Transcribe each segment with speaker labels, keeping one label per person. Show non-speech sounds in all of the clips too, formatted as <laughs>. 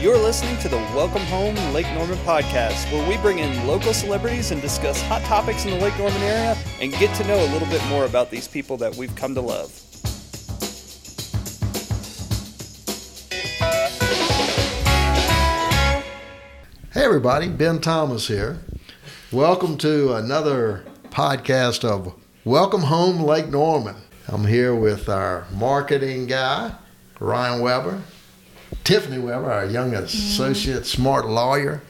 Speaker 1: You're listening to the Welcome Home Lake Norman podcast, where we bring in local celebrities and discuss hot topics in the Lake Norman area and get to know a little bit more about these people that we've come to love.
Speaker 2: Hey, everybody, Ben Thomas here. Welcome to another podcast of Welcome Home Lake Norman. I'm here with our marketing guy, Ryan Weber, Tiffany Weber, our young associate, smart lawyer,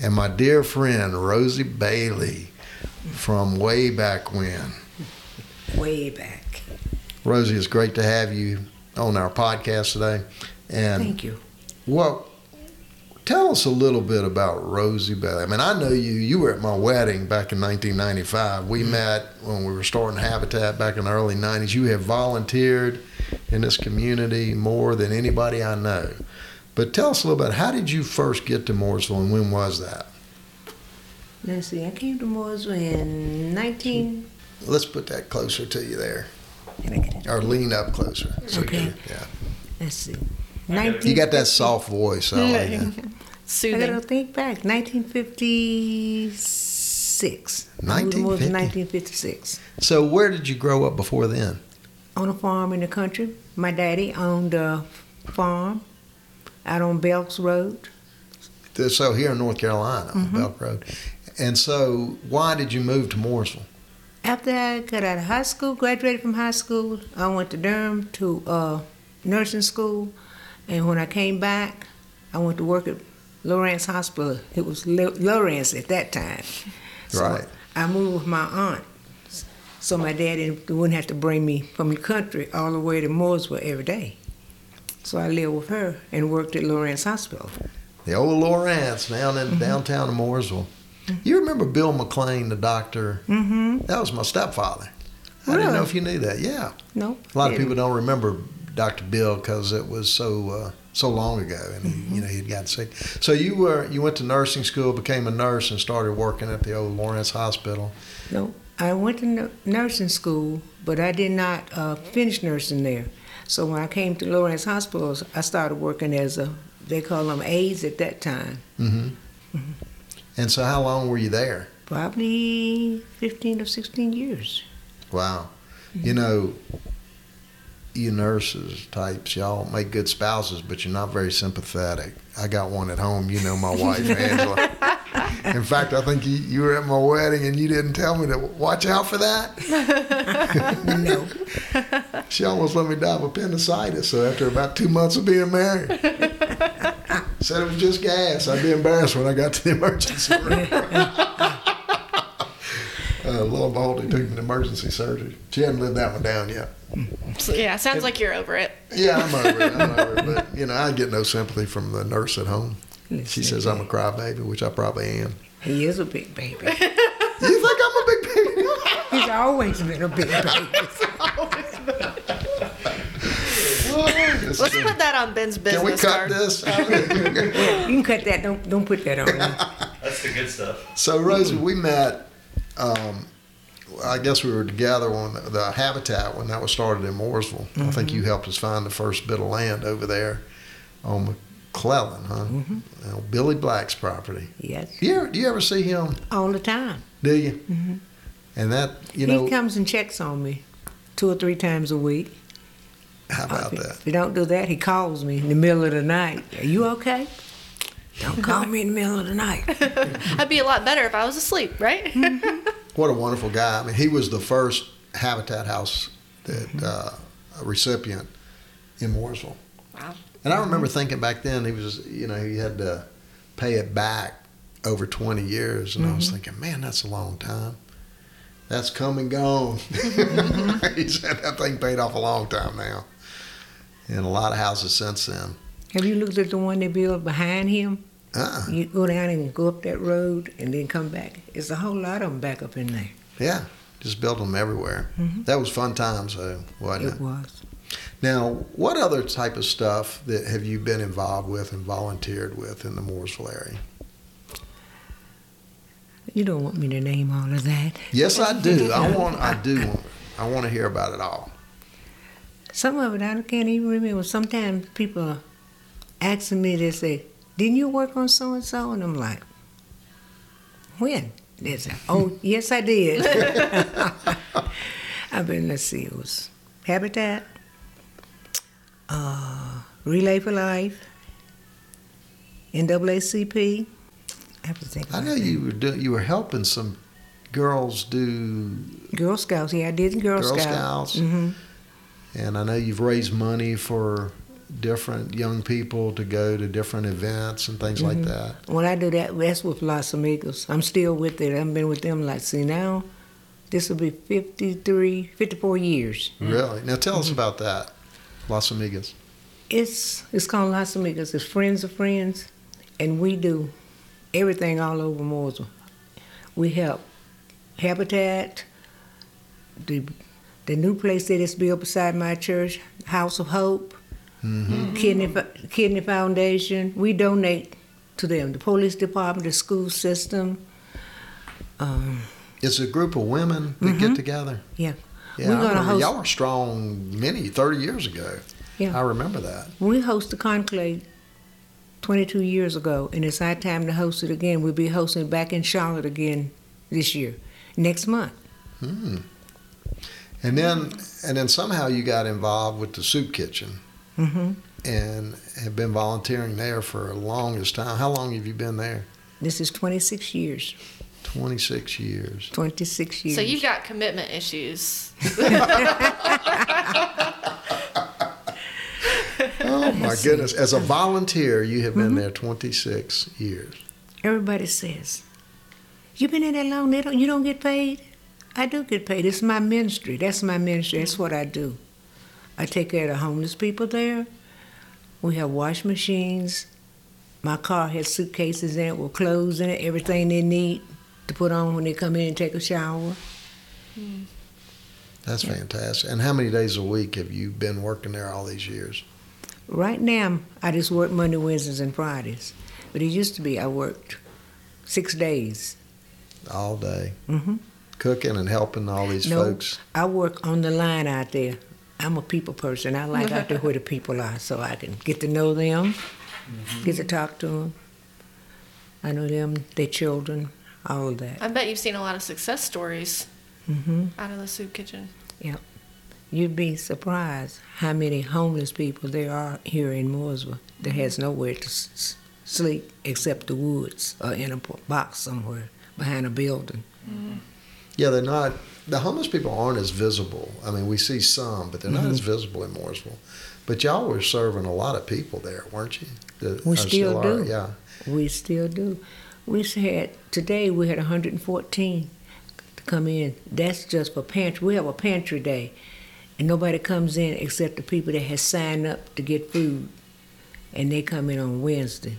Speaker 2: and my dear friend, Rosie Bailey from way back when.
Speaker 3: way back.
Speaker 2: Rosie, it's great to have you on our podcast today. And
Speaker 3: Thank you.
Speaker 2: Well, tell us a little bit about Rosie Bailey. I mean, I know you. You were at my wedding back in 1995. We met when we were starting Habitat back in the early 90s. You have volunteered in this community more than anybody I know. But tell us a little bit. How did you first get to Mooresville, and when was that?
Speaker 3: Let's see, I came to Mooresville in 19.
Speaker 2: Let's put that closer to you there,
Speaker 3: Let me get it.
Speaker 2: or lean up closer. So you-
Speaker 3: Okay.
Speaker 2: yeah.
Speaker 3: Let's see.
Speaker 2: You
Speaker 3: 19.
Speaker 2: got that soft voice. I like it.
Speaker 3: I
Speaker 4: soothing.
Speaker 3: gotta think back. 1956. I moved to Mooresville
Speaker 2: 1950.
Speaker 3: in 1956.
Speaker 2: So where did you grow up before then?
Speaker 3: On a farm in the country. My daddy owned a farm out on Belks Road.
Speaker 2: So here in North Carolina, on
Speaker 3: Mm-hmm.
Speaker 2: Belk Road. And so, why did you move to Mooresville?
Speaker 3: After I got out of high school, graduated from high school, I went to Durham to uh, nursing school, and when I came back, I went to work at Lawrence Hospital. It was Lo- Lawrence at that time. So
Speaker 2: Right.
Speaker 3: I moved with my aunt, so my dad didn't- wouldn't have to bring me from the country all the way to Mooresville every day. So I lived with her and worked at Lawrence Hospital.
Speaker 2: The old Lawrence down
Speaker 3: Mm-hmm.
Speaker 2: in downtown Mooresville. You remember Bill McLean, the doctor?
Speaker 3: Mm-hmm.
Speaker 2: That was my stepfather. I didn't know
Speaker 3: Really?
Speaker 2: if you knew that. Yeah,
Speaker 3: No.
Speaker 2: a lot of
Speaker 3: didn't.
Speaker 2: people don't remember Dr. Bill because it was so uh, so long ago, and
Speaker 3: Mm-hmm.
Speaker 2: he, you know he'd gotten sick. So you were you went to nursing school, became a nurse, and started working at the old Lawrence Hospital.
Speaker 3: No, I went to nu- nursing school, but I did not uh, finish nursing there. So when I came to Lawrence Hospitals, I started working as a they call them aides at that time,
Speaker 2: Mm-hmm. And so, how long were you there?
Speaker 3: probably fifteen or sixteen years.
Speaker 2: Wow. You know, you nurses types, y'all make good spouses, but you're not very sympathetic. I got one at home. You know my wife, Angela. In fact, I think you, you were at my wedding and you didn't tell me to watch out for that.
Speaker 3: No,
Speaker 2: She almost let me die of appendicitis. So after about two months of being married, said it was just gas. I'd be embarrassed when I got to the emergency room. uh, lo and behold, they took me to emergency surgery. She hadn't lived that one down yet.
Speaker 4: So, yeah, sounds like you're over it.
Speaker 2: Yeah, I'm over it. I'm over it. But, you know, I get no sympathy from the nurse at home. She says I'm a crybaby, which I probably am.
Speaker 3: he is a big baby.
Speaker 2: You think I'm a big baby?
Speaker 3: <laughs> He's always been a big baby.
Speaker 2: Yes,
Speaker 4: Let's
Speaker 2: can-
Speaker 4: put that on Ben's business
Speaker 2: Can we cut
Speaker 4: card.
Speaker 2: this?
Speaker 3: You can cut that. Don't don't put that on.
Speaker 5: That's the good stuff.
Speaker 2: so, Rosie, we met, um, I guess we were together on the, the Habitat when that was started in Mooresville. I think you helped us find the first bit of land over there on McClellan, huh? Now, Billy Black's property.
Speaker 3: Yes,
Speaker 2: Do you, ever, do you ever see him?
Speaker 3: all the time.
Speaker 2: Do you? And that, you know,
Speaker 3: he comes and checks on me two or three times a week.
Speaker 2: how about that?
Speaker 3: If you don't do that, he calls me in the middle of the night. Are you okay? Don't call me in the middle of the night.
Speaker 4: I'd be a lot better if I was asleep, right? <laughs>
Speaker 2: What a wonderful guy. I mean, he was the first Habitat House that uh, recipient in Mooresville.
Speaker 4: Wow.
Speaker 2: And I remember thinking back then he was, you know, he had to pay it back over 20 years. And I was thinking, man, that's a long time. That's come and gone. <laughs> He's had that thing paid off a long time now. And a lot of houses since then.
Speaker 3: Have you looked at the one they built behind him?
Speaker 2: Uh-uh.
Speaker 3: You go down and go up that road and then come back. There's a whole lot of them back up in there.
Speaker 2: Yeah, just build them everywhere. That was fun times, though, wasn't it?
Speaker 3: It was.
Speaker 2: Now, what other type of stuff that have you been involved with and volunteered with in the Mooresville area?
Speaker 3: You don't want me to name all of that.
Speaker 2: Yes, I do.
Speaker 3: <laughs>
Speaker 2: I want. I do. Want, I want to hear about it all.
Speaker 3: Some of it I can't even remember. Sometimes people are asking me, they say, didn't you work on so and so? And I'm like, when? They said, oh, yes, I did. <laughs> I've been, let's see, it was Habitat, uh, Relay for Life, NAACP. I have to think.
Speaker 2: I
Speaker 3: about
Speaker 2: know
Speaker 3: that.
Speaker 2: you were do, you were helping some girls do
Speaker 3: Girl Scouts. Yeah, I did the Girl,
Speaker 2: Girl
Speaker 3: Scouts.
Speaker 2: Scouts.
Speaker 3: hmm
Speaker 2: and I know you've raised money for different young people to go to different events and things like that.
Speaker 3: When I do that, that's with Los Amigos. I'm still with it. I've been with them like, see, now this will be 53, 54 years.
Speaker 2: Really? Now tell
Speaker 3: Mm-hmm.
Speaker 2: us about that, Los Amigos.
Speaker 3: It's it's called Los Amigos. It's friends of friends, and we do everything all over Mooresville. We help Habitat, the the new place that is built beside my church, House of Hope, Kidney Fo- Kidney Foundation. We donate to them. The police department, the school system. Um,
Speaker 2: It's a group of women that get together.
Speaker 3: Mm-hmm. Yeah.
Speaker 2: Yeah,
Speaker 3: We're
Speaker 2: I
Speaker 3: gonna
Speaker 2: remember-
Speaker 3: host-
Speaker 2: y'all were strong many, 30 years ago.
Speaker 3: Yeah.
Speaker 2: I remember that.
Speaker 3: We host the conclave 22 years ago, and it's our time to host it again. We'll be hosting it back in Charlotte again this year, next month.
Speaker 2: Hmm. And then, and then somehow you got involved with the soup kitchen
Speaker 3: hmm
Speaker 2: and have been volunteering there for the longest time. How long have you been there?
Speaker 3: This is 26 years.
Speaker 2: 26
Speaker 3: <laughs>
Speaker 2: years.
Speaker 3: 26 years.
Speaker 4: So you've got commitment issues.
Speaker 2: Oh my goodness! As a volunteer, you have
Speaker 3: Mm-hmm.
Speaker 2: been there 26 years.
Speaker 3: Everybody says, "You've been in that long. They don't, you don't get paid." I do get paid. It's my ministry. That's my ministry. That's what I do. I take care of the homeless people there. We have wash machines. My car has suitcases in it with clothes in it, everything they need to put on when they come in and take a shower.
Speaker 2: That's fantastic. And how many days a week have you been working there all these years?
Speaker 3: Right now, I just work Monday, Wednesdays, and Fridays. But it used to be I worked six days.
Speaker 2: All day,
Speaker 3: hmm
Speaker 2: cooking and helping all these
Speaker 3: No.
Speaker 2: folks.
Speaker 3: I work on the line out there. I'm a people person. I like out there where the people are so I can get to know them, get to talk to them. I know them, their children, all of that.
Speaker 4: I bet you've seen a lot of success stories
Speaker 3: hmm
Speaker 4: out of the soup kitchen.
Speaker 3: You'd be surprised how many homeless people there are here in Mooresville that has nowhere to s- s- sleep except the woods or in a po- box somewhere behind a building.
Speaker 2: Yeah, they're not. The homeless people aren't as visible. I mean, we see some, but they're not
Speaker 3: Mm-hmm.
Speaker 2: as visible in Mooresville. But y'all were serving a lot of people there, weren't you? The-
Speaker 3: We
Speaker 2: or
Speaker 3: still
Speaker 2: are,
Speaker 3: do.
Speaker 2: Yeah.
Speaker 3: We still do. We s- had today we had 114 to come in. That's just for pantry. We have a pantry day, and nobody comes in except the people that has signed up to get food, and they come in on Wednesday,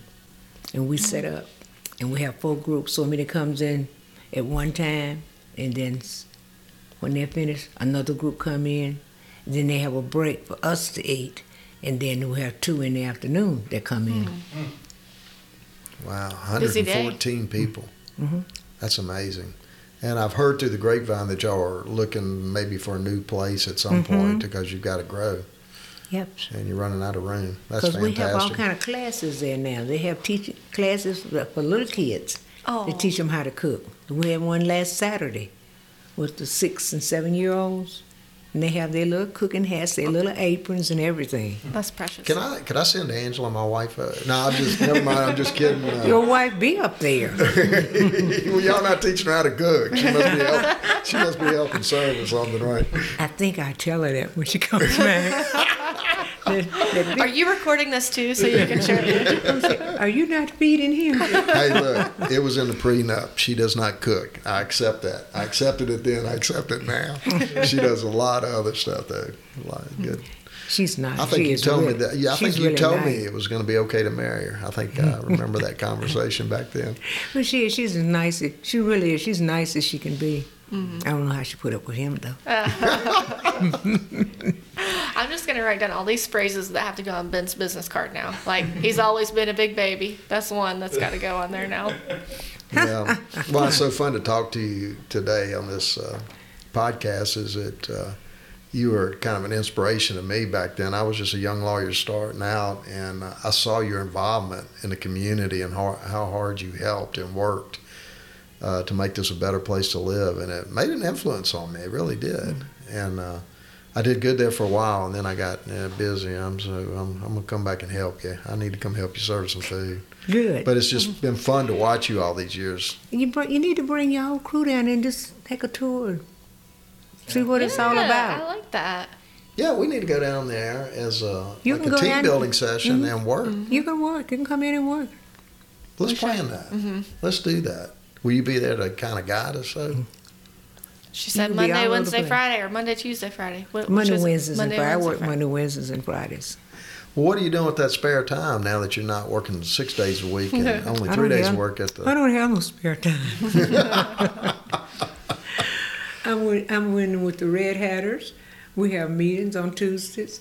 Speaker 3: and we set up, and we have four groups. So many comes in at one time, and then s- when they're finished, another group come in. Then they have a break for us to eat, and then we have two in the afternoon that come in.
Speaker 2: Wow,
Speaker 4: Busy day.
Speaker 2: 114 people.
Speaker 3: Mhm.
Speaker 2: That's amazing. And I've heard through the grapevine that y'all are looking maybe for a new place at some
Speaker 3: Mm-hmm.
Speaker 2: point because you've got to grow
Speaker 3: Yep.
Speaker 2: and you're running out of room. That's
Speaker 3: Because we have all
Speaker 2: fantastic.
Speaker 3: kind of classes there now. They have teach classes for, for little kids
Speaker 4: Oh,
Speaker 3: to teach them how to cook. We had one last Saturday with the six and seven year olds, and they have their little cooking hats, their little aprons, and everything.
Speaker 4: that's precious.
Speaker 2: Can I could I send Angela my wife? Uh, no, I'm just never mind. I'm just
Speaker 3: <laughs>
Speaker 2: kidding. Uh,
Speaker 3: Your wife be up there.
Speaker 2: <laughs> well, y'all not teaching her how to cook. She must be help, she must be helping serve or something, right?
Speaker 3: I think I tell her that when she <laughs> comes back. That- that
Speaker 4: Are you recording this too so you can share it? <laughs>
Speaker 3: big- Are you not feeding him?
Speaker 2: Hey, look, it was in the prenup. She does not cook. I accept that. I accepted it then. I accept it now. She does a lot of other stuff though. A lot of good.
Speaker 3: She's not.
Speaker 2: I think
Speaker 3: she
Speaker 2: you
Speaker 3: is
Speaker 2: told
Speaker 3: really,
Speaker 2: me that. Yeah, I
Speaker 3: she's
Speaker 2: think you
Speaker 3: really
Speaker 2: told
Speaker 3: nice.
Speaker 2: me it was going to be okay to marry her. I think I remember that conversation back then.
Speaker 3: But she is. She's as nice. As, she really is. She's nice as she can be. I don't know how she put up with him though.
Speaker 4: I'm just going to write down all these phrases that have to go on Ben's business card now. Like, he's always been a big baby. That's one that's got to go on there now.
Speaker 2: Yeah. well, it's so fun to talk to you today on this uh, podcast. Is that uh, you were kind of an inspiration to me back then. I was just a young lawyer starting out, and uh, I saw your involvement in the community and how, how hard you helped and worked uh, to make this a better place to live. And it made an influence on me, it really did. And uh, I did good there for a while, and then I got eh, busy. I'm so I'm, I'm gonna come back and help you. I need to come help you serve some food.
Speaker 3: Good.
Speaker 2: But it's just been fun to watch you all these years.
Speaker 3: you bring, you need to bring your whole crew down and just take a tour. and See what <laughs> it's all
Speaker 4: Yeah,
Speaker 3: about.
Speaker 4: I like that.
Speaker 2: Yeah, we need to go down there as a,
Speaker 3: You
Speaker 2: like
Speaker 3: can
Speaker 2: a
Speaker 3: go
Speaker 2: team
Speaker 3: down- Mm-hmm.
Speaker 2: building session and work.
Speaker 3: You can work. You can come in and work.
Speaker 2: Let's plan that.
Speaker 3: Mm-hmm.
Speaker 2: Let's do that. Will you be there to kind of guide us? Though?
Speaker 4: She
Speaker 3: You
Speaker 4: said
Speaker 3: could be all
Speaker 4: Monday,
Speaker 3: over the
Speaker 4: Wednesday,
Speaker 3: place.
Speaker 4: Friday, or Monday, Tuesday, Friday. Wh- which
Speaker 3: Monday,
Speaker 4: is-
Speaker 3: Wednesdays, and Friday. I work
Speaker 4: Friday.
Speaker 3: Monday, Wednesdays, and Fridays.
Speaker 2: Well, what are you doing with that spare time now that you're not working six days a week and only
Speaker 3: <laughs> I
Speaker 2: three
Speaker 3: don't
Speaker 2: days
Speaker 3: know.
Speaker 2: work at
Speaker 3: I
Speaker 2: the?
Speaker 3: don't have no spare time. <laughs> I'm with, I'm winning with the Red Hatters. We have meetings on Tuesdays.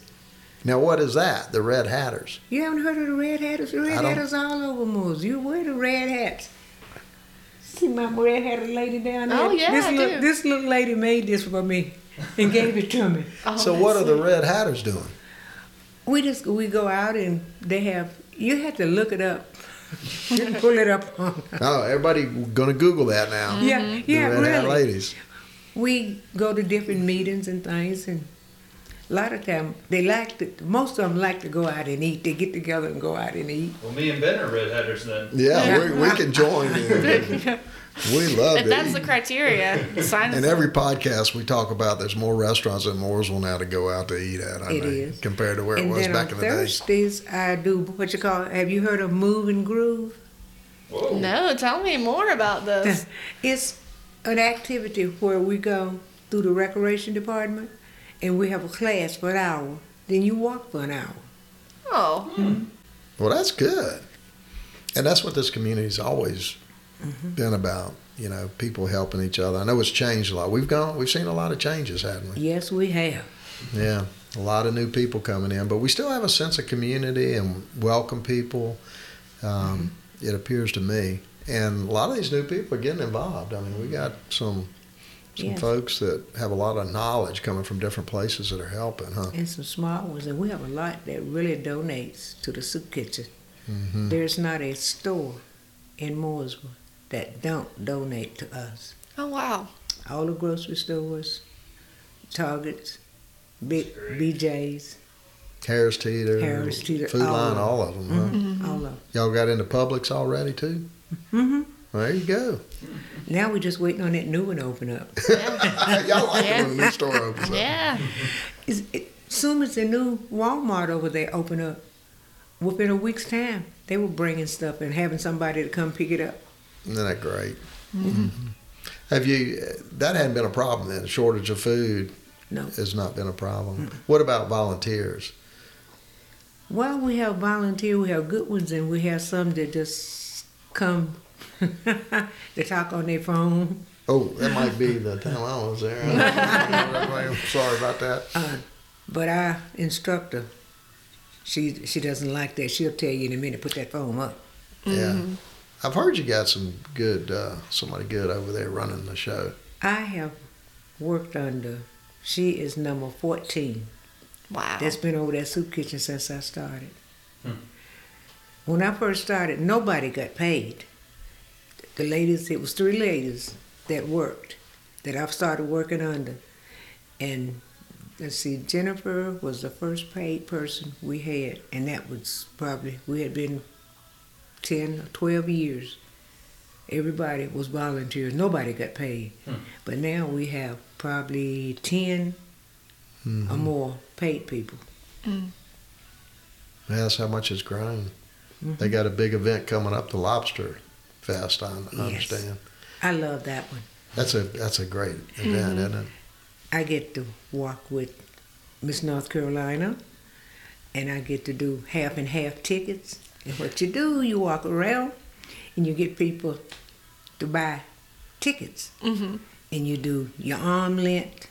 Speaker 2: Now, what is that? The Red Hatters.
Speaker 3: You haven't heard of the Red Hatters? The
Speaker 2: I
Speaker 3: Red
Speaker 2: don't-
Speaker 3: Hatters all over Moores. You wear the Red Hats. See my Red Hatter lady down there?
Speaker 4: Oh, yeah,
Speaker 3: this
Speaker 4: I
Speaker 3: little,
Speaker 4: do.
Speaker 3: This little lady made this for me and gave it to me.
Speaker 4: Oh,
Speaker 2: so, what are
Speaker 4: that's
Speaker 2: the
Speaker 4: it.
Speaker 2: Red Hatters doing?
Speaker 3: We just we go out and they have. You have to look it up. you can pull it up.
Speaker 2: Oh, everybody going to Google that now.
Speaker 3: Yeah,
Speaker 2: The
Speaker 3: yeah,
Speaker 2: Red Hat
Speaker 3: really.
Speaker 2: ladies.
Speaker 3: We go to different meetings and things, and a lot of time they like to. Most of them like to go out and eat. They get together and go out and eat.
Speaker 5: Well, me and Ben are redheaders then.
Speaker 2: Yeah, we we can join
Speaker 3: <laughs>
Speaker 2: in. We love
Speaker 4: If
Speaker 2: it.
Speaker 4: that's the criteria, sign us
Speaker 2: In
Speaker 4: up.
Speaker 2: every podcast we talk about, there's more restaurants in Mooresville now to go out to eat at. I
Speaker 3: It
Speaker 2: think,
Speaker 3: is.
Speaker 2: compared to where it
Speaker 3: and
Speaker 2: was
Speaker 3: then
Speaker 2: back
Speaker 3: on
Speaker 2: in the day.
Speaker 3: Thursdays, I do what you call. Have you heard of Move and Groove?
Speaker 5: Whoa.
Speaker 4: No, tell me more about this.
Speaker 3: It's an activity where we go through the recreation department, and we have a class for an hour. Then you walk for an hour.
Speaker 4: Oh,
Speaker 2: Well, that's good. And that's what this community's always
Speaker 3: Mm-hmm.
Speaker 2: been about, you know, people helping each other. I know it's changed a lot. We've gone, we've seen a lot of changes, haven't we?
Speaker 3: Yes, we have.
Speaker 2: Yeah, a lot of new people coming in, but we still have a sense of community and welcome people. Um,
Speaker 3: Mm-hmm.
Speaker 2: It appears to me, and a lot of these new people are getting involved. I mean, we got some some
Speaker 3: Yes.
Speaker 2: folks that have a lot of knowledge coming from different places that are helping, huh?
Speaker 3: and some small ones, and we have a lot that really donates to the soup kitchen.
Speaker 2: Mm-hmm. Mm.
Speaker 3: There's not a store in Mooresville that don't donate to us.
Speaker 4: oh wow.
Speaker 3: All the grocery stores, Targets, Big BJ's,
Speaker 2: Harris Teeter,
Speaker 3: Harris Teeter,
Speaker 2: Food
Speaker 3: all
Speaker 2: Line,
Speaker 3: of Mm-hmm. 'em.
Speaker 2: all of them. Huh?
Speaker 3: all of.
Speaker 2: Y'all got into Publix already too?
Speaker 3: hmm
Speaker 2: There you
Speaker 3: <laughs>
Speaker 2: go. <laughs>
Speaker 3: Now we're just waiting on that new one to open up.
Speaker 4: Yeah.
Speaker 2: Y'all like it
Speaker 4: Yeah.
Speaker 2: when the new store opens. up.
Speaker 4: yeah.
Speaker 3: Is it, soon as the new Walmart over there open up, within a week's time, they were bringing stuff and having somebody to come pick it up.
Speaker 2: Isn't that great? Mhm. Have you? That hadn't been a problem then. Shortage of food
Speaker 3: No.
Speaker 2: has not been a problem. What about volunteers?
Speaker 3: Well, we have volunteer, we have good ones, and we have some that just come <laughs> to talk on their phone.
Speaker 2: Oh, that might be the time I was there. <laughs> I'm sorry about that.
Speaker 3: But our instructor, she she doesn't like that. She'll tell you in a minute, put that phone up.
Speaker 2: Yeah, I've heard you got some good uh, somebody good over there running the show.
Speaker 3: I have worked under. She is number fourteen.
Speaker 4: Wow.
Speaker 3: That's been over that soup kitchen since I started. When I first started, nobody got paid. The ladies, it was three ladies that worked, that I've started working under. And let's see, Jennifer was the first paid person we had, and that was probably, we had been 10 or 12 years. Everybody was volunteers, nobody got paid. But now we have probably 10
Speaker 2: Mm-hmm.
Speaker 3: or more paid people.
Speaker 2: That's how much it's grown. They got a big event coming up, the Lobster Fest. I understand.
Speaker 3: I love that one.
Speaker 2: That's a that's a great event, isn't it?
Speaker 3: I get to walk with Miss North Carolina, and I get to do half and half tickets. And what you do, you walk around, and you get people to buy tickets,
Speaker 4: Mhm.
Speaker 3: and you do your arm length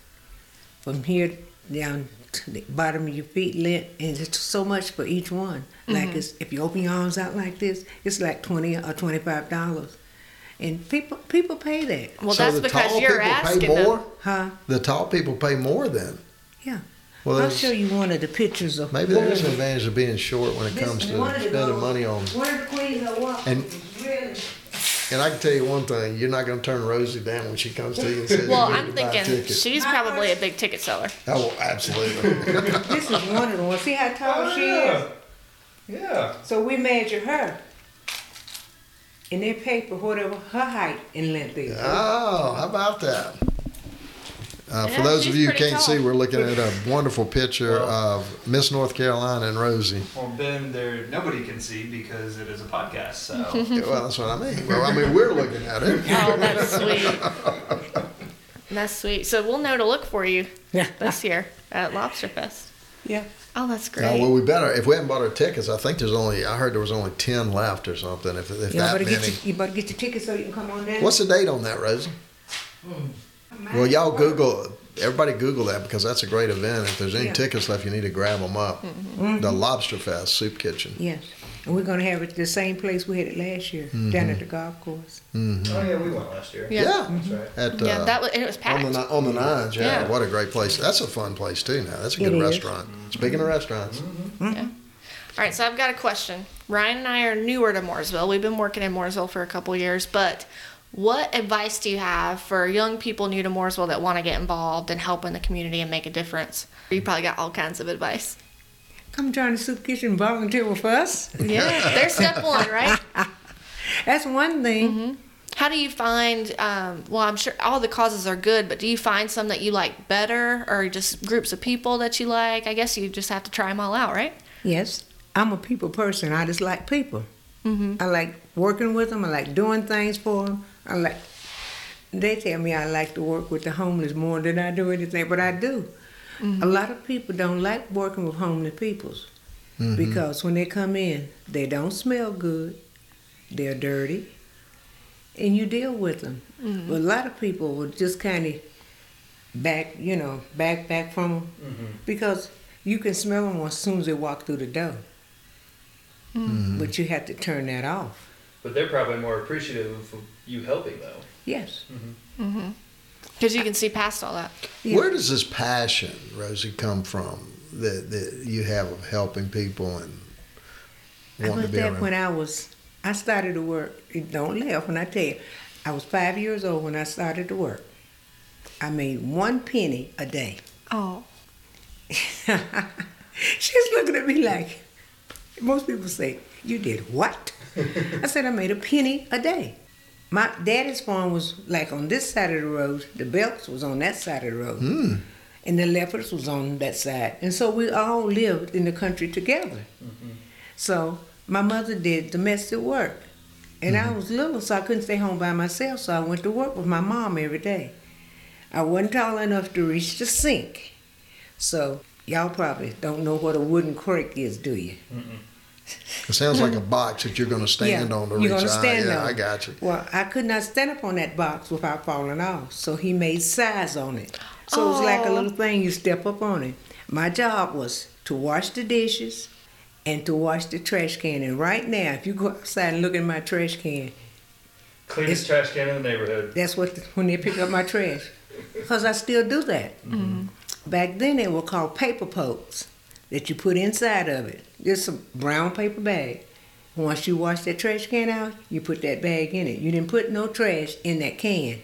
Speaker 3: from here down to the bottom of your feet length, and it's so much for each one. Like it's, if you open your arms out like this, it's like twenty or twenty-five dollars, and people people pay that,
Speaker 4: Well, that's because you're asking
Speaker 2: pay
Speaker 4: them.
Speaker 2: more.
Speaker 3: huh?
Speaker 2: The tall people pay more then.
Speaker 3: Yeah.
Speaker 2: Well,
Speaker 3: I'll
Speaker 2: there's-
Speaker 3: show you one of the pictures of
Speaker 2: maybe there is an advantage of being short when it
Speaker 3: This-
Speaker 2: comes
Speaker 3: one
Speaker 2: to
Speaker 3: of the
Speaker 2: spending
Speaker 3: girls-
Speaker 2: money on.
Speaker 3: One of the queens I walked
Speaker 2: And-
Speaker 3: with was really
Speaker 2: And I can tell you one thing: you're not going to turn Rosie down when she comes to you and says,
Speaker 4: Well,
Speaker 2: you need
Speaker 4: I'm
Speaker 2: to buy a
Speaker 4: thinking
Speaker 2: ticket."
Speaker 4: she's
Speaker 3: My
Speaker 4: probably a
Speaker 3: first-
Speaker 4: big ticket seller.
Speaker 2: oh,
Speaker 4: <laughs>
Speaker 2: absolutely.
Speaker 3: This is one of the ones. See how tall she is?
Speaker 5: Yeah.
Speaker 3: So we measure her. In their paper, whatever her height and length is.
Speaker 2: oh, how about that? Uh, for
Speaker 4: Yeah,
Speaker 2: those of
Speaker 4: she's
Speaker 2: you who
Speaker 4: pretty
Speaker 2: can't
Speaker 4: tall.
Speaker 2: see, we're looking at a wonderful picture of Miss North Carolina and Rosie.
Speaker 4: <laughs>
Speaker 5: Well, Ben, there nobody can see because it is a podcast. <laughs> So
Speaker 2: Yeah, well, that's what I mean. Well, I mean, we're looking at
Speaker 4: <laughs>
Speaker 2: it.
Speaker 4: Oh, that's sweet.
Speaker 2: <laughs>
Speaker 4: That's sweet. So we'll know to look for you
Speaker 3: Yeah.
Speaker 4: this year at Lobster Fest.
Speaker 3: Yeah.
Speaker 4: Oh, that's great.
Speaker 2: Uh, well, we better if we haven't bought our tickets. I think there's only I heard there was only ten left or something. If, if
Speaker 3: You
Speaker 2: that
Speaker 3: better,
Speaker 2: many.
Speaker 3: get your, you better get your tickets so you can come on down.
Speaker 2: What's the date on that, Rosie? Well, y'all Google. Everybody Google that because that's a great event. If there's any
Speaker 3: Yeah.
Speaker 2: tickets left, you need to grab them up.
Speaker 3: Mm-hmm.
Speaker 2: The Lobster Fest Soup Kitchen.
Speaker 3: Yes. And we're going to have it the same place we had it last year, down
Speaker 2: Mm-hmm.
Speaker 3: at the golf course.
Speaker 5: oh yeah, we went last year.
Speaker 4: Yeah.
Speaker 5: That's
Speaker 3: Mm-hmm.
Speaker 5: right.
Speaker 2: At,
Speaker 4: yeah,
Speaker 2: uh,
Speaker 4: that was and it was
Speaker 2: on
Speaker 4: packed.
Speaker 2: the ni- on the nines. Yeah,
Speaker 4: Yeah.
Speaker 2: what a great place. That's a fun place too. Now that's a
Speaker 3: It
Speaker 2: good
Speaker 3: is. Mm-hmm.
Speaker 2: restaurant. Speaking of restaurants,
Speaker 4: All right, so I've got a question. Ryan and I are newer to Mooresville. We've been working in Mooresville for a couple years, but what advice do you have for young people new to Mooresville that want to get involved and help in the community and make a difference? You probably got all kinds of advice.
Speaker 3: Come join the soup kitchen and volunteer with us.
Speaker 4: <laughs> Yeah, <laughs> there's step one, right?
Speaker 3: That's one thing.
Speaker 4: How do you find? Um, well, I'm sure all the causes are good, but do you find some that you like better, or just groups of people that you like? I guess you just have to try them all out, right?
Speaker 3: Yes, I'm a people person. I just like people. I like working with them. I like doing things for them. I like. They tell me I like to work with the homeless more than I do anything, but I do. A lot of people don't like working with homeless peoples because when they come in, they don't smell good. They're dirty, and you deal with them. But a lot of people will just kind of back, you know, back back from them because you can smell them as soon as they walk through the door. But you have to turn that off.
Speaker 5: But they're probably more appreciative of you helping though.
Speaker 3: Yes.
Speaker 4: Mm-hmm. Because you can see past all that.
Speaker 3: Yeah.
Speaker 2: where does this passion, Rosie, come from that that you have of helping people and
Speaker 3: I
Speaker 2: wanting to
Speaker 3: went
Speaker 2: be
Speaker 3: there
Speaker 2: around?
Speaker 3: when I was, I started to work. It don't laugh when I tell you, I was five years old when I started to work. I made one penny a day. <laughs>
Speaker 4: Oh,
Speaker 3: She's looking at me like, most people say, You did what? I said, I made a penny a day. My daddy's farm was like on this side of the road, the Belks was on that side of the road,
Speaker 2: Hmm.
Speaker 3: and the Leopards was on that side. And so we all lived in the country together. So my mother did domestic work. And I was little, so I couldn't stay home by myself, so I went to work with my mom every day. I wasn't tall enough to reach the sink. So y'all probably don't know what a wooden crate is, do you? <laughs>
Speaker 2: It sounds like a box that you're going to stand on to
Speaker 3: you're
Speaker 2: reach
Speaker 3: gonna
Speaker 2: out.
Speaker 3: stand
Speaker 2: yeah,
Speaker 3: on.
Speaker 2: I got you.
Speaker 3: Well, I could not stand up on that box without falling off, so he made size on it. So it was like a
Speaker 4: Oh.
Speaker 3: little thing you step up on it. My job was to wash the dishes and to wash the trash can. And right now, if you go outside and look at my trash can,
Speaker 5: Cleanest trash can in the neighborhood.
Speaker 3: that's what when they pick up my trash, because I still do that. Back then, they were called paper pokes that you put inside of it. Just a brown paper bag. Once you wash that trash can out, you put that bag in it. You didn't put no trash in that can.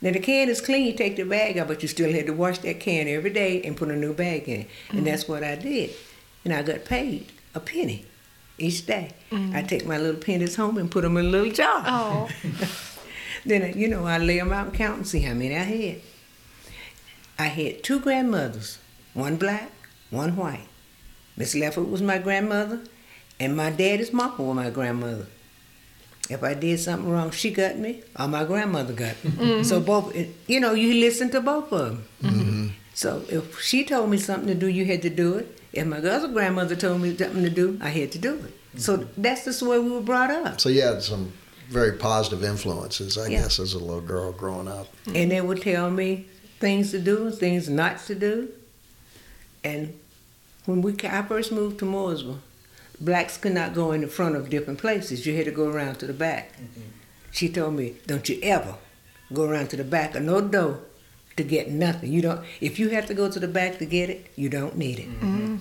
Speaker 3: Now the can is clean. You take the bag out, but you still had to wash that can every day and put a new bag in it. And that's what I did. And I got paid a penny each day. I take my little pennies home and put them in a little jar.
Speaker 4: oh, <laughs>
Speaker 3: Then, you know, I lay them out and count and see how many I had. I had two grandmothers, one black, one white. Miss Lefford was my grandmother, and my daddy's mama was my grandmother. If I did something wrong, she got me, or my grandmother got me. So both, eh, you know, you listen to both of them. So if she told me something to do, you had to do it. If my other grandmother told me something to do, I had to do it. So that's just the way we were brought up.
Speaker 2: So you had some very positive influences, I
Speaker 3: Yeah.
Speaker 2: guess, as a little girl growing up.
Speaker 3: and they would tell me things to do and things not to do. And when we I first moved to Mooresville, blacks could not go in the front of different places. You had to go around to the back. She told me, "Don't you ever go around to the back of no door to get nothing. You don't. If you have to go to the back to get it, you don't need it.
Speaker 2: Mm-hmm.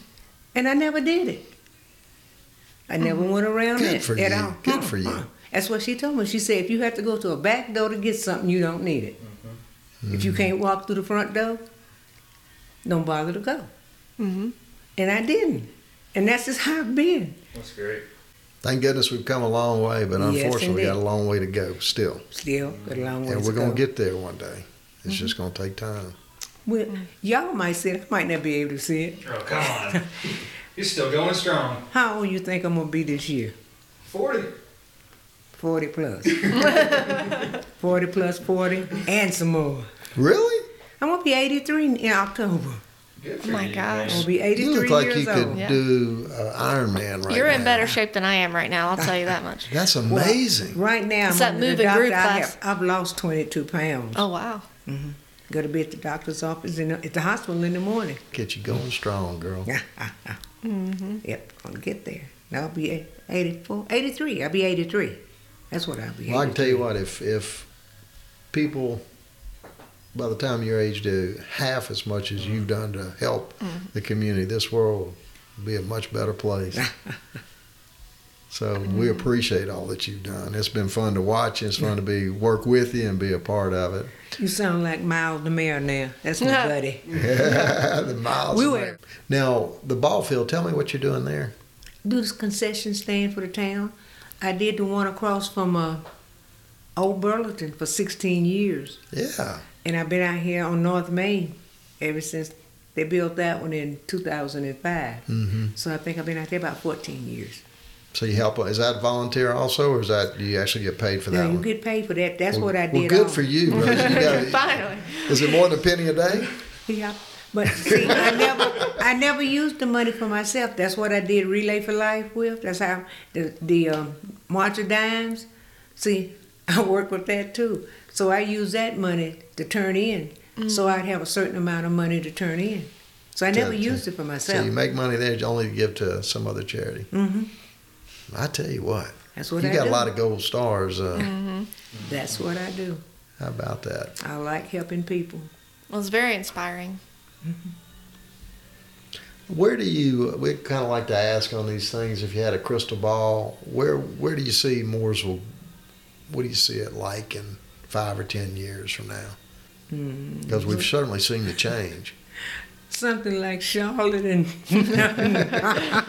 Speaker 3: And I never did it. I never went around
Speaker 2: Mm-hmm. Good
Speaker 3: it
Speaker 2: for
Speaker 3: at
Speaker 2: you.
Speaker 3: all.
Speaker 2: Good for you.
Speaker 3: That's what she told me. She said, if you have to go to a back door to get something, you don't need it. If you
Speaker 2: Mm-hmm.
Speaker 3: can't walk through the front door, don't bother to go.
Speaker 4: Mhm.
Speaker 3: And I didn't. And that's just how I've been.
Speaker 5: That's great.
Speaker 2: Thank goodness we've come a long way, but
Speaker 3: Yes,
Speaker 2: unfortunately, we got a
Speaker 3: indeed.
Speaker 2: long way to go still.
Speaker 3: Still, got a long way
Speaker 2: Mm. And
Speaker 3: to
Speaker 2: we're
Speaker 3: go. Mm-hmm.
Speaker 2: going to get there one day. It's just going to take time.
Speaker 3: Well, y'all might see it. I might not be able to see it.
Speaker 5: Oh, come on. <laughs> You're still going strong.
Speaker 3: How old you think I'm gonna be this year?
Speaker 5: 40.
Speaker 3: Forty
Speaker 4: <laughs>
Speaker 3: plus. forty plus forty and some more.
Speaker 2: Really?
Speaker 3: I'm gonna be 83 in October.
Speaker 5: Good
Speaker 4: Oh my gosh.
Speaker 3: I'm gonna be 83
Speaker 2: You look like
Speaker 3: years
Speaker 2: you
Speaker 3: old.
Speaker 2: could
Speaker 4: Yeah.
Speaker 2: do uh, Iron Man right
Speaker 4: You're in
Speaker 2: now.
Speaker 4: better shape than I am right now. I'll tell you
Speaker 2: <laughs>
Speaker 4: that much.
Speaker 2: That's amazing.
Speaker 3: Right now,
Speaker 4: It's
Speaker 3: I'm under
Speaker 4: that
Speaker 3: the
Speaker 4: moving
Speaker 3: doctor.
Speaker 4: group
Speaker 3: I
Speaker 4: class.
Speaker 3: have, I've lost 22 pounds.
Speaker 4: Oh wow.
Speaker 3: Go to be at the doctor's office and at the hospital in the morning.
Speaker 2: Get you going strong, girl.
Speaker 3: <laughs> Yep, I'll get there. And I'll be 84, 83. I'll be 83. That's what I'll be.
Speaker 2: Well, I can
Speaker 3: 83.
Speaker 2: tell you what, if if people by the time your age do half as much as you've done to help
Speaker 3: Mm-hmm.
Speaker 2: the community, this world would be a much better place.
Speaker 3: <laughs>
Speaker 2: so we
Speaker 3: Mm-hmm.
Speaker 2: appreciate all that you've done. It's been fun to watch. It's fun to be work with you and be a part of it.
Speaker 3: You sound like Miles the Mayor now. That's my buddy.
Speaker 2: <laughs> the miles.
Speaker 3: Mm-hmm. We
Speaker 2: and
Speaker 3: were-
Speaker 2: that. Now the ball field. Tell me what you're doing there.
Speaker 3: do this concession stand for the town. I did the one across from uh, Old Burlington for 16 years,
Speaker 2: Yeah.
Speaker 3: and I've been out here on North Main ever since they built that one in 2005.
Speaker 2: hmm
Speaker 3: So I think I've been out there about 14 years.
Speaker 2: So you help. Is that volunteer also, or is that do you actually get paid for that
Speaker 3: Now you
Speaker 2: one?
Speaker 3: get paid for that. That's
Speaker 2: well,
Speaker 3: what I did.
Speaker 2: Well, good
Speaker 3: on.
Speaker 2: for you. Rose. You got-
Speaker 4: <laughs> Finally.
Speaker 3: <laughs>
Speaker 2: Is it more than a penny a day?
Speaker 3: Yeah, but see, I never, I never used the money for myself. That's what I did Relay for Life with. That's how the the um, March of Dimes. See, <laughs> I worked with that too. So I used that money to turn in. So I'd have a certain amount of money to turn in. So I never
Speaker 2: Okay.
Speaker 3: used it for
Speaker 2: So
Speaker 3: myself.
Speaker 2: you make money there only to give to some other charity.
Speaker 3: hmm
Speaker 2: I tell you what,
Speaker 3: That's what
Speaker 2: you
Speaker 3: I
Speaker 2: got
Speaker 3: do. Mm-hmm.
Speaker 2: a lot of gold stars. Uh,
Speaker 3: That's what I do.
Speaker 2: How about that?
Speaker 3: I like helping people.
Speaker 4: Well, it's very inspiring.
Speaker 2: Where do you? We kind of like to ask on these things. If you had a crystal ball, where where do you see Mooresville? What do you see it like in five or ten years from now?
Speaker 3: Mm.
Speaker 2: Because we've certainly seen the change.
Speaker 3: Something like Charlotte and <laughs>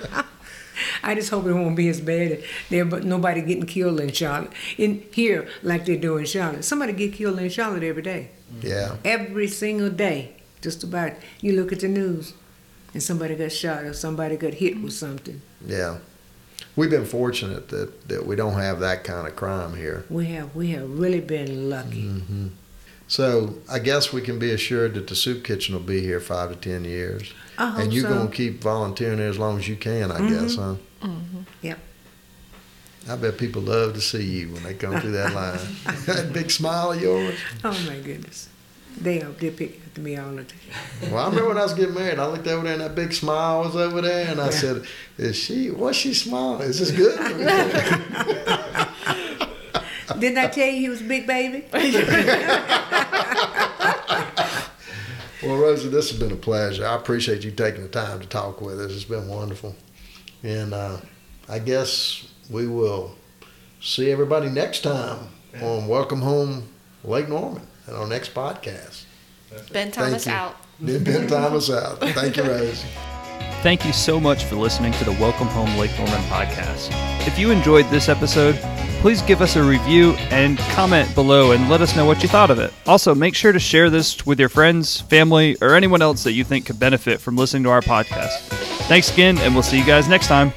Speaker 3: I just hope it won't be as bad. There, but nobody getting killed in Charlotte in here like they do in Charlotte. Somebody get killed in Charlotte every day,
Speaker 2: Yeah.
Speaker 3: every single day. Just about. You look at the news, and somebody got shot or somebody got hit with something.
Speaker 2: Yeah. We've been fortunate that, that we don't have that kind of crime here.
Speaker 3: We have we have really been lucky.
Speaker 2: Mm-hmm. So I guess we can be assured that the soup kitchen will be here five to ten years.
Speaker 3: I hope
Speaker 2: and you're
Speaker 3: so. Mm-hmm.
Speaker 2: going to keep volunteering there as long as you can, I guess, huh?
Speaker 3: Yep.
Speaker 2: I bet people love to see you when they come through
Speaker 3: <laughs>
Speaker 2: that line. that big smile of yours.
Speaker 3: Oh my goodness, they are they pick at me all the time.
Speaker 2: Well, I remember when I was getting married, I looked over there and that big smile was over there, and I said, "Is she? What's she smiling? Is this good?"
Speaker 3: Didn't I tell you he was a big baby?
Speaker 2: Well, Rosie, this has been a pleasure. I appreciate you taking the time to talk with us. It's been wonderful. And uh, I guess we will see everybody next time on Welcome Home Lake Norman and our next podcast.
Speaker 4: Ben Thomas
Speaker 2: you.
Speaker 4: out.
Speaker 2: Ben Thomas out. Thank you, Rosie.
Speaker 6: Thank you so much for listening to the Welcome Home Lake Norman podcast. If you enjoyed this episode, please give us a review and comment below and let us know what you thought of it. Also, make sure to share this with your friends, family, or anyone else that you think could benefit from listening to our podcast. Thanks again, and we'll see you guys next time.